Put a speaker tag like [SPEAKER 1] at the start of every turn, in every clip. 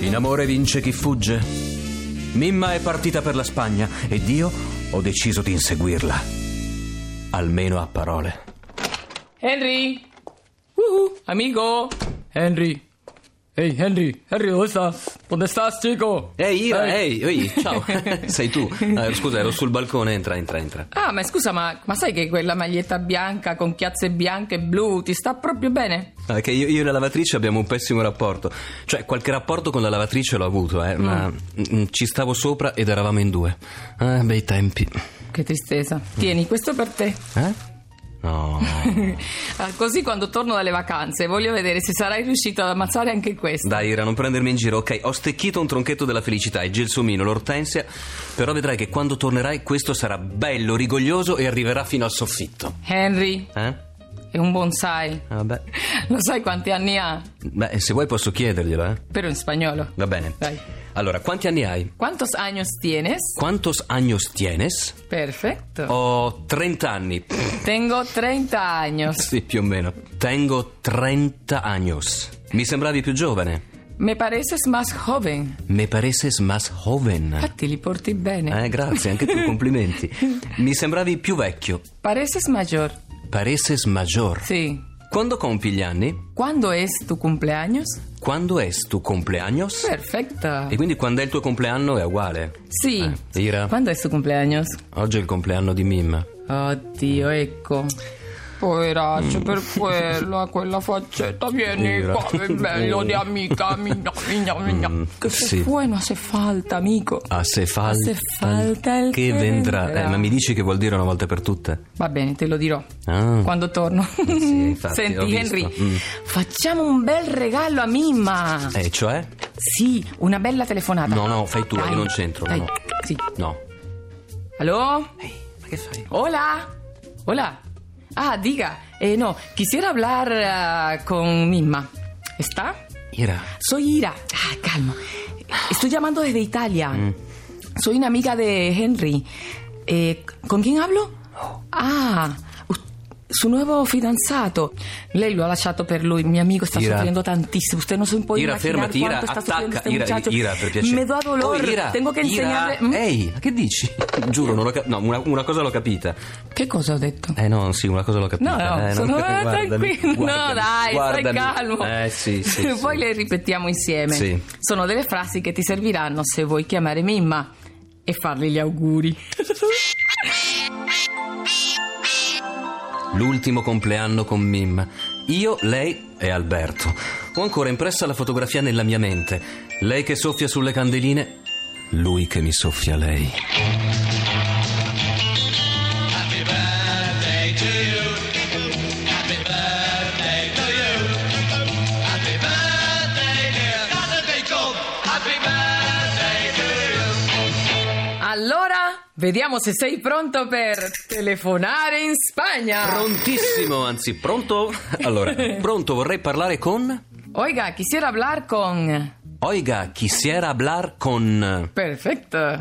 [SPEAKER 1] In amore vince chi fugge. Mimma è partita per la Spagna ed io ho deciso di inseguirla. Almeno a parole.
[SPEAKER 2] Henry! Uhu, amigo! Henry! Hey, Henry! Henry, ¿dónde estás? ¿Dónde estás, chico?
[SPEAKER 1] Ehi, Ira,
[SPEAKER 2] Hey.
[SPEAKER 1] ehi, ehi, ciao. Sei tu. Eh, scusa, ero sul balcone. Entra, entra, entra.
[SPEAKER 2] Ah, ma scusa, ma, ma sai che quella maglietta bianca con chiazze bianche e blu ti sta proprio bene?
[SPEAKER 1] Ah, che io, io e la lavatrice abbiamo un pessimo rapporto. Cioè, qualche rapporto con la lavatrice l'ho avuto, eh, ma mm, ci stavo sopra ed eravamo in due. Ah, bei tempi.
[SPEAKER 2] Che tristezza. Tieni, questo per te.
[SPEAKER 1] Eh? No.
[SPEAKER 2] Ah, Così quando torno dalle vacanze voglio vedere se sarai riuscito ad ammazzare anche questo.
[SPEAKER 1] Dai, Ira, non prendermi in giro, ok? Ho stecchito un tronchetto della felicità, il gelsomino, l'ortensia. Però vedrai che quando tornerai questo sarà bello, rigoglioso e arriverà fino al soffitto.
[SPEAKER 2] Henry
[SPEAKER 1] Eh?
[SPEAKER 2] è un bonsai.
[SPEAKER 1] Vabbè.
[SPEAKER 2] Lo sai quanti anni ha?
[SPEAKER 1] Beh, se vuoi posso chiederglielo, eh?
[SPEAKER 2] Però in spagnolo.
[SPEAKER 1] Va bene.
[SPEAKER 2] Dai.
[SPEAKER 1] Allora, quanti anni hai?
[SPEAKER 2] ¿Cuántos años tienes?
[SPEAKER 1] Quantos años tienes?
[SPEAKER 2] Perfecto.
[SPEAKER 1] Oh. Ho 30 anni.
[SPEAKER 2] Tengo 30 años.
[SPEAKER 1] Sì, più o meno. Tengo 30 años. Mi sembravi più giovane.
[SPEAKER 2] Me pareces más joven.
[SPEAKER 1] Me pareces más joven.
[SPEAKER 2] Infatti li porti bene.
[SPEAKER 1] Eh, grazie, anche tu, complimenti. Mi sembravi più vecchio.
[SPEAKER 2] Pareces mayor.
[SPEAKER 1] Pareces mayor.
[SPEAKER 2] Sí.
[SPEAKER 1] Quando compi gli anni?
[SPEAKER 2] ¿Cuándo es tu cumpleaños?
[SPEAKER 1] Quando es tu compleaños?
[SPEAKER 2] Perfecto.
[SPEAKER 1] E quindi quando è il tuo compleanno è uguale.
[SPEAKER 2] Sí.
[SPEAKER 1] Eh, Ira,
[SPEAKER 2] ¿Cuándo es tu cumpleaños? Oh,
[SPEAKER 1] oggi è il compleanno di Mimma.
[SPEAKER 2] Oddio, ecco. Poveraccio, per quello, a quella faccetta, vieni
[SPEAKER 1] Mira.
[SPEAKER 2] qua, che bello di amica, migna, migna, migna. Che
[SPEAKER 1] sì.
[SPEAKER 2] se fue no hace falta, amico.
[SPEAKER 1] A se falta,
[SPEAKER 2] A se falta il
[SPEAKER 1] che
[SPEAKER 2] che
[SPEAKER 1] vendrà.
[SPEAKER 2] vendrà.
[SPEAKER 1] Eh, ma mi dici che vuol dire una volta per tutte?
[SPEAKER 2] Va bene, te lo dirò.
[SPEAKER 1] Ah.
[SPEAKER 2] Quando torno.
[SPEAKER 1] infatti, ho
[SPEAKER 2] Senti,
[SPEAKER 1] visto.
[SPEAKER 2] Henry,
[SPEAKER 1] Mm.
[SPEAKER 2] facciamo un bel regalo a Mimma.
[SPEAKER 1] Eh, cioè?
[SPEAKER 2] Sì, una bella telefonata.
[SPEAKER 1] No, no, fai tu,
[SPEAKER 2] Dai.
[SPEAKER 1] io non c'entro.
[SPEAKER 2] Dai,
[SPEAKER 1] No.
[SPEAKER 2] sì.
[SPEAKER 1] No.
[SPEAKER 2] Aló?
[SPEAKER 1] Ehi, ma che fai?
[SPEAKER 2] Hola. Hola. Ah, diga. Eh, no, quisiera hablar ah, con Mimma. ¿Está?
[SPEAKER 1] Ira.
[SPEAKER 2] Soy Ira. Ah, calmo. Estoy llamando desde Italia.
[SPEAKER 1] Mm.
[SPEAKER 2] Soy una amiga de Henry. Eh, ¿Con quién hablo? Ah, us- su nuovo fidanzato. Lei lo ha lasciato per lui. mio amico sta
[SPEAKER 1] Ira.
[SPEAKER 2] soffrendo tantissimo. Usted no se puede
[SPEAKER 1] Ira,
[SPEAKER 2] imaginar
[SPEAKER 1] fermati, Ira,
[SPEAKER 2] cuánto está sufriendo
[SPEAKER 1] attacca.
[SPEAKER 2] este
[SPEAKER 1] Ira,
[SPEAKER 2] muchacho.
[SPEAKER 1] Ira, per piacere.
[SPEAKER 2] Me da dolor.
[SPEAKER 1] Oh, Ira,
[SPEAKER 2] Tengo que
[SPEAKER 1] Ira.
[SPEAKER 2] enseñarle. Mm?
[SPEAKER 1] Ehi, ma che dici? Giuro, non ho cap- no, una, una cosa l'ho capita.
[SPEAKER 2] ¿Qué cosa ho detto?
[SPEAKER 1] Eh no, sì, una cosa l'ho capita.
[SPEAKER 2] No, no,
[SPEAKER 1] eh,
[SPEAKER 2] sono
[SPEAKER 1] non-
[SPEAKER 2] eh,
[SPEAKER 1] guardami,
[SPEAKER 2] tranquillo. no,
[SPEAKER 1] guardami,
[SPEAKER 2] dai,
[SPEAKER 1] guardami.
[SPEAKER 2] stai calmo.
[SPEAKER 1] Eh sì, sì.
[SPEAKER 2] Poi
[SPEAKER 1] sì.
[SPEAKER 2] le ripetiamo insieme.
[SPEAKER 1] Sì.
[SPEAKER 2] Sono delle frasi che ti serviranno se vuoi chiamare Mimma e fargli gli auguri.
[SPEAKER 1] L'ultimo compleanno con Mim. Io, lei e Alberto. Ho ancora impressa la fotografia nella mia mente. Lei che soffia sulle candeline, lui che mi soffia lei.
[SPEAKER 2] Allora, vediamo se sei pronto per telefonare in Spagna.
[SPEAKER 1] Prontissimo, anzi, pronto? Allora, pronto, vorrei parlare con...
[SPEAKER 2] Oiga, quisiera hablar con.
[SPEAKER 1] Oiga, quisiera hablar con...
[SPEAKER 2] Perfecto.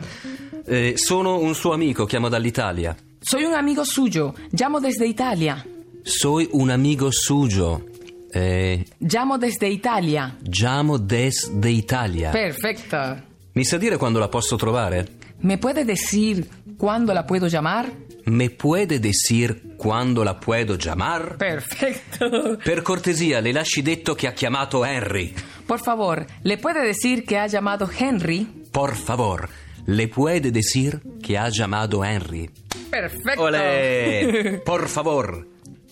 [SPEAKER 1] Eh, sono un suo amico, chiamo dall'Italia.
[SPEAKER 2] Soy un amigo suyo. Llamo desde Italia.
[SPEAKER 1] Soy un amigo suyo. Eh,
[SPEAKER 2] Llamo desde Italia.
[SPEAKER 1] llamo desde Italia.
[SPEAKER 2] Perfecto.
[SPEAKER 1] Mi sa dire quando la posso trovare?
[SPEAKER 2] ¿Me puede decir cuándo la puedo llamar?
[SPEAKER 1] ¿Me puede decir quando la puedo llamar?
[SPEAKER 2] Perfecto.
[SPEAKER 1] Per cortesia, le lasci detto che ha chiamato Henry.
[SPEAKER 2] Por favor, ¿le puede decir que ha llamado Henry?
[SPEAKER 1] Por favor, le puede decir che ha chiamato Henry.
[SPEAKER 2] Perfecto.
[SPEAKER 1] Olè! Por favor.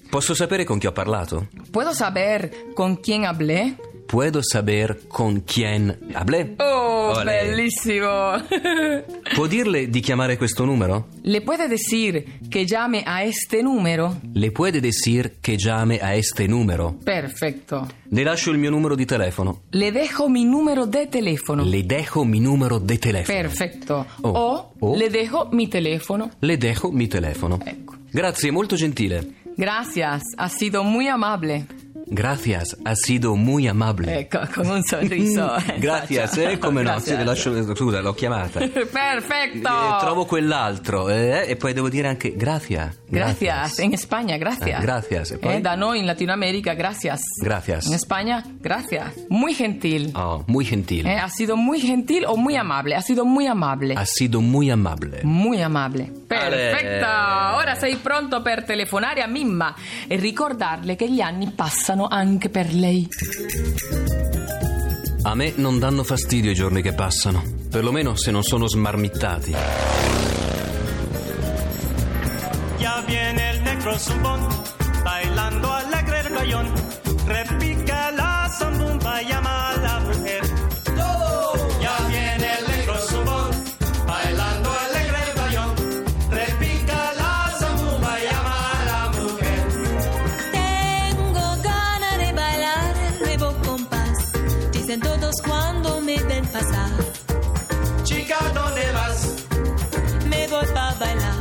[SPEAKER 1] Posso sapere con chi ho parlato?
[SPEAKER 2] ¿Puedo saber con quién hablé?
[SPEAKER 1] puedo saber con quién hablé.
[SPEAKER 2] Oh,
[SPEAKER 1] Olè.
[SPEAKER 2] bellísimo.
[SPEAKER 1] Può dirle di chiamare questo numero?
[SPEAKER 2] Le puede decir que llame a este número.
[SPEAKER 1] Le puede decir che llame a este numero.
[SPEAKER 2] Perfecto.
[SPEAKER 1] Le lascio il mio numero di telefono.
[SPEAKER 2] Le dejo mi número de teléfono.
[SPEAKER 1] Le dejo mi numero di telefono.
[SPEAKER 2] Perfecto.
[SPEAKER 1] Oh.
[SPEAKER 2] O
[SPEAKER 1] Oh.
[SPEAKER 2] le dejo mi teléfono.
[SPEAKER 1] Le dejo mi telefono.
[SPEAKER 2] Ecco.
[SPEAKER 1] Grazie, molto gentile.
[SPEAKER 2] Gracias, ha sido muy amable.
[SPEAKER 1] Gracias, ha sido muy amable.
[SPEAKER 2] Ecco, con un sorriso. in
[SPEAKER 1] Gracias,
[SPEAKER 2] faccia.
[SPEAKER 1] eh, come no?
[SPEAKER 2] Gracias.
[SPEAKER 1] Sì, le lascio- scusa, l'ho chiamata. Eh,
[SPEAKER 2] Perfecto.
[SPEAKER 1] trovo quell'altro eh, e poi devo dire anche gracias.
[SPEAKER 2] Gracias. En España, gracias.
[SPEAKER 1] Ah, gracias. E poi?
[SPEAKER 2] Eh, da noi in Latinoamérica, gracias.
[SPEAKER 1] Gracias.
[SPEAKER 2] En España, gracias. Muy gentil.
[SPEAKER 1] Oh, muy gentil.
[SPEAKER 2] Eh, ha sido muy gentil o muy amable. Ha sido muy amable.
[SPEAKER 1] Ha sido muy amable.
[SPEAKER 2] Muy amable. Perfetto.
[SPEAKER 1] Ale.
[SPEAKER 2] Ora sei pronto per telefonare a Mimma e ricordarle che gli anni passano anche per lei.
[SPEAKER 1] A me non danno fastidio i giorni che passano, perlomeno se non sono smarmittati.
[SPEAKER 3] Ya viene el negro zumbón, bailando alegre el playón. Repica la zambomba, llama a la mujer. Ya viene el negro zumbón, bailando alegre el playón. Repica la zambomba, llama a la mujer.
[SPEAKER 4] Tengo ganas de bailar el nuevo compás. Dicen todos cuando me ven pasar.
[SPEAKER 3] Chica, ¿dónde vas?
[SPEAKER 4] Me voy para bailar.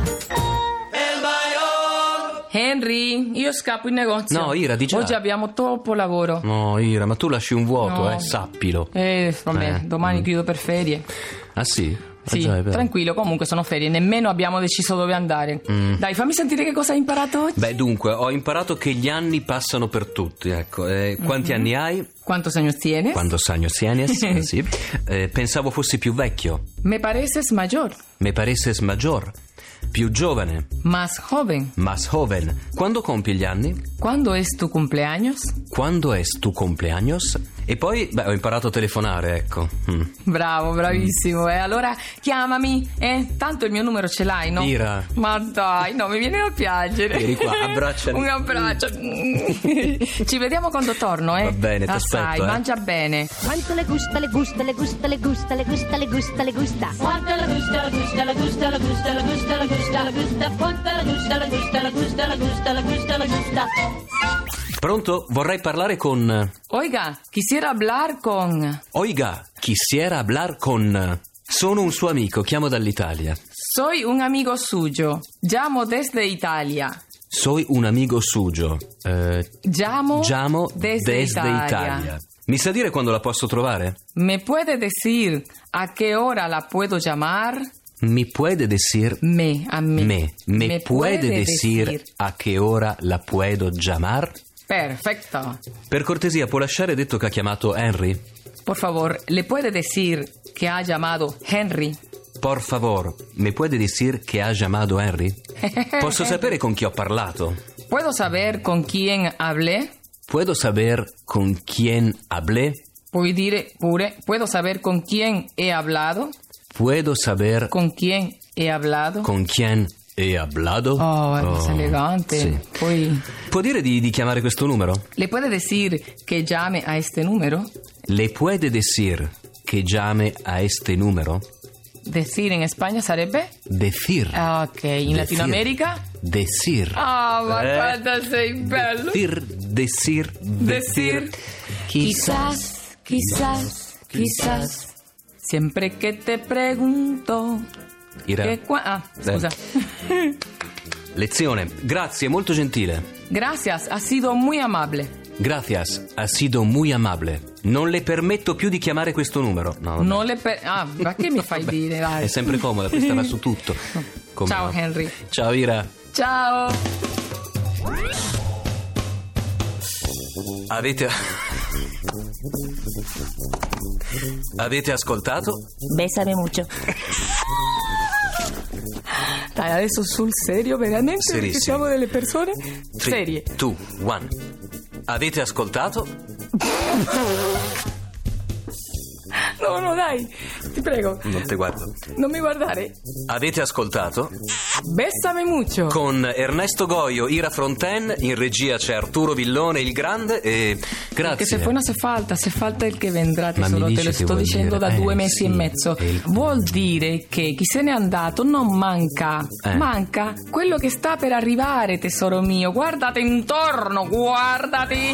[SPEAKER 3] El bayón.
[SPEAKER 2] Henry, io scappo in negozio.
[SPEAKER 1] No, Ira, di già. Mm.
[SPEAKER 2] Oggi abbiamo troppo lavoro.
[SPEAKER 1] No, Ira, ma tu lasci un vuoto,
[SPEAKER 2] No.
[SPEAKER 1] eh, sappilo.
[SPEAKER 2] Eh, vabbè,
[SPEAKER 1] Eh,
[SPEAKER 2] domani chiudo per ferie.
[SPEAKER 1] Ah sì? Ah,
[SPEAKER 2] Sì,
[SPEAKER 1] già, è vero.
[SPEAKER 2] tranquillo, comunque sono ferie, nemmeno abbiamo deciso dove andare.
[SPEAKER 1] Mm.
[SPEAKER 2] Dai, fammi sentire che cosa hai imparato oggi.
[SPEAKER 1] Beh, dunque, ho imparato che gli anni passano per tutti, ecco. Eh, quanti
[SPEAKER 2] Mhm.
[SPEAKER 1] anni hai?
[SPEAKER 2] ¿Cuántos años tienes?
[SPEAKER 1] Quando sagno sienes, eh, sì. Eh, pensavo fossi più vecchio.
[SPEAKER 2] Me pareces mayor,
[SPEAKER 1] Me pareces mayor. Più giovane.
[SPEAKER 2] más joven.
[SPEAKER 1] Mas joven. Quando compi gli anni?
[SPEAKER 2] ¿Cuándo es tu cumpleaños?
[SPEAKER 1] Quando è tu compleaños? E poi, beh, ho imparato a telefonare, ecco. Mm.
[SPEAKER 2] Bravo, bravissimo. Eh, allora chiamami, eh? Tanto il mio numero ce l'hai, no?
[SPEAKER 1] Ira.
[SPEAKER 2] Ma dai, no, mi viene da piangere.
[SPEAKER 1] Vieni qua, abbracciami.
[SPEAKER 2] Un abbraccio. Ci vediamo quando torno, eh?
[SPEAKER 1] Va bene, ti
[SPEAKER 2] Assai,
[SPEAKER 1] aspetto, eh.
[SPEAKER 2] mangia bene.
[SPEAKER 5] Quanto le gusta, le gusta, le gusta, le gusta, le gusta, le gusta, le gusta.
[SPEAKER 6] Quanto la gusta, la gusta, la gusta, la gusta, la gusta, la gusta, la gusta, quanto la gusta, la gusta, la gusta, la gusta, la gusta, la gusta.
[SPEAKER 1] Pronto? Vorrei parlare con...
[SPEAKER 2] Oiga, quisiera hablar con...
[SPEAKER 1] Oiga, quisiera hablar con... Sono un suo amico, chiamo dall'Italia.
[SPEAKER 2] Soy un amigo suyo. Llamo desde Italia.
[SPEAKER 1] Soy un amigo suyo. Eh,
[SPEAKER 2] Llamo,
[SPEAKER 1] chiamo
[SPEAKER 2] desde, Italia.
[SPEAKER 1] Mi sa dire quando la posso trovare?
[SPEAKER 2] ¿Me puede decir a qué hora la puedo llamar?
[SPEAKER 1] Mi puede decir...
[SPEAKER 2] Me, a mí.
[SPEAKER 1] Me, me, puede, decir, a che ora la puedo llamar?
[SPEAKER 2] Perfecto.
[SPEAKER 1] Per cortesia, può lasciare detto che ha chiamato Henry?
[SPEAKER 2] Por favor, ¿le puede decir que ha llamado Henry?
[SPEAKER 1] Por favor, me puede decir che ha chiamato Henry? Posso sapere con chi ho parlato?
[SPEAKER 2] ¿Puedo saber con quién hablé?
[SPEAKER 1] Puedo saber con quién hablé?
[SPEAKER 2] Puoi dire pure, ¿puedo saber con quién he hablado?
[SPEAKER 1] Puedo saber
[SPEAKER 2] ¿Con quién he hablado?
[SPEAKER 1] con quién he hablado?
[SPEAKER 2] Oh, è
[SPEAKER 1] Oh,
[SPEAKER 2] elegante.
[SPEAKER 1] sì.
[SPEAKER 2] Poi...
[SPEAKER 1] Può dire di, di chiamare questo numero?
[SPEAKER 2] ¿Le puede decir que llame a este número?
[SPEAKER 1] Le puede decir che llame a este numero?
[SPEAKER 2] Decir en España sarebbe?
[SPEAKER 1] Decir.
[SPEAKER 2] Ah, ok. ¿En
[SPEAKER 1] Decir.
[SPEAKER 2] Latinoamérica?
[SPEAKER 1] Decir.
[SPEAKER 2] Ah, ma
[SPEAKER 1] Eh.
[SPEAKER 2] quanto sei bello!
[SPEAKER 1] Decir, decir, decir.
[SPEAKER 2] Decir. Quizás, quizás, quizás. Siempre que te pregunto.
[SPEAKER 1] Ira.
[SPEAKER 2] Que qua- ah, scusa.
[SPEAKER 1] Lezione. Grazie, molto gentile.
[SPEAKER 2] Gracias, ha sido muy amable.
[SPEAKER 1] Gracias, ha sido muy amable. Non le permetto più di chiamare questo numero. No, vabbè.
[SPEAKER 2] No le per- Ah, ma che mi fai dire? Dai.
[SPEAKER 1] È sempre comoda, questa va su tutto. Come
[SPEAKER 2] Ciao,
[SPEAKER 1] no?
[SPEAKER 2] Henry.
[SPEAKER 1] Ciao Ira.
[SPEAKER 2] Ciao.
[SPEAKER 1] Avete Avete ascoltato?
[SPEAKER 4] Bésame mucho.
[SPEAKER 2] Dai, adesso sul serio, veramente? Perché
[SPEAKER 1] Serissimo.
[SPEAKER 2] siamo delle persone
[SPEAKER 1] 3,
[SPEAKER 2] serie.
[SPEAKER 1] 2, 1. Avete ascoltato?
[SPEAKER 2] No, no, dai, ti prego,
[SPEAKER 1] Non ti guardo.
[SPEAKER 2] non mi guardare.
[SPEAKER 1] Avete ascoltato?
[SPEAKER 2] Bessame mucho.
[SPEAKER 1] Con Ernesto Goio, Ira Fronten, in regia c'è Arturo Villone il Grande e... Grazie.
[SPEAKER 2] Che se poi non se falta, se falta il che vendrà,
[SPEAKER 1] Ma mi
[SPEAKER 2] tesoro, te
[SPEAKER 1] dici
[SPEAKER 2] lo
[SPEAKER 1] che
[SPEAKER 2] sto
[SPEAKER 1] vuol
[SPEAKER 2] dicendo
[SPEAKER 1] dire?
[SPEAKER 2] da
[SPEAKER 1] Eh,
[SPEAKER 2] due mesi
[SPEAKER 1] sì,
[SPEAKER 2] e mezzo.
[SPEAKER 1] e il-
[SPEAKER 2] Vuol dire che chi se n'è andato non manca,
[SPEAKER 1] Eh.
[SPEAKER 2] manca quello che sta per arrivare, tesoro mio. Guardate intorno, guardati.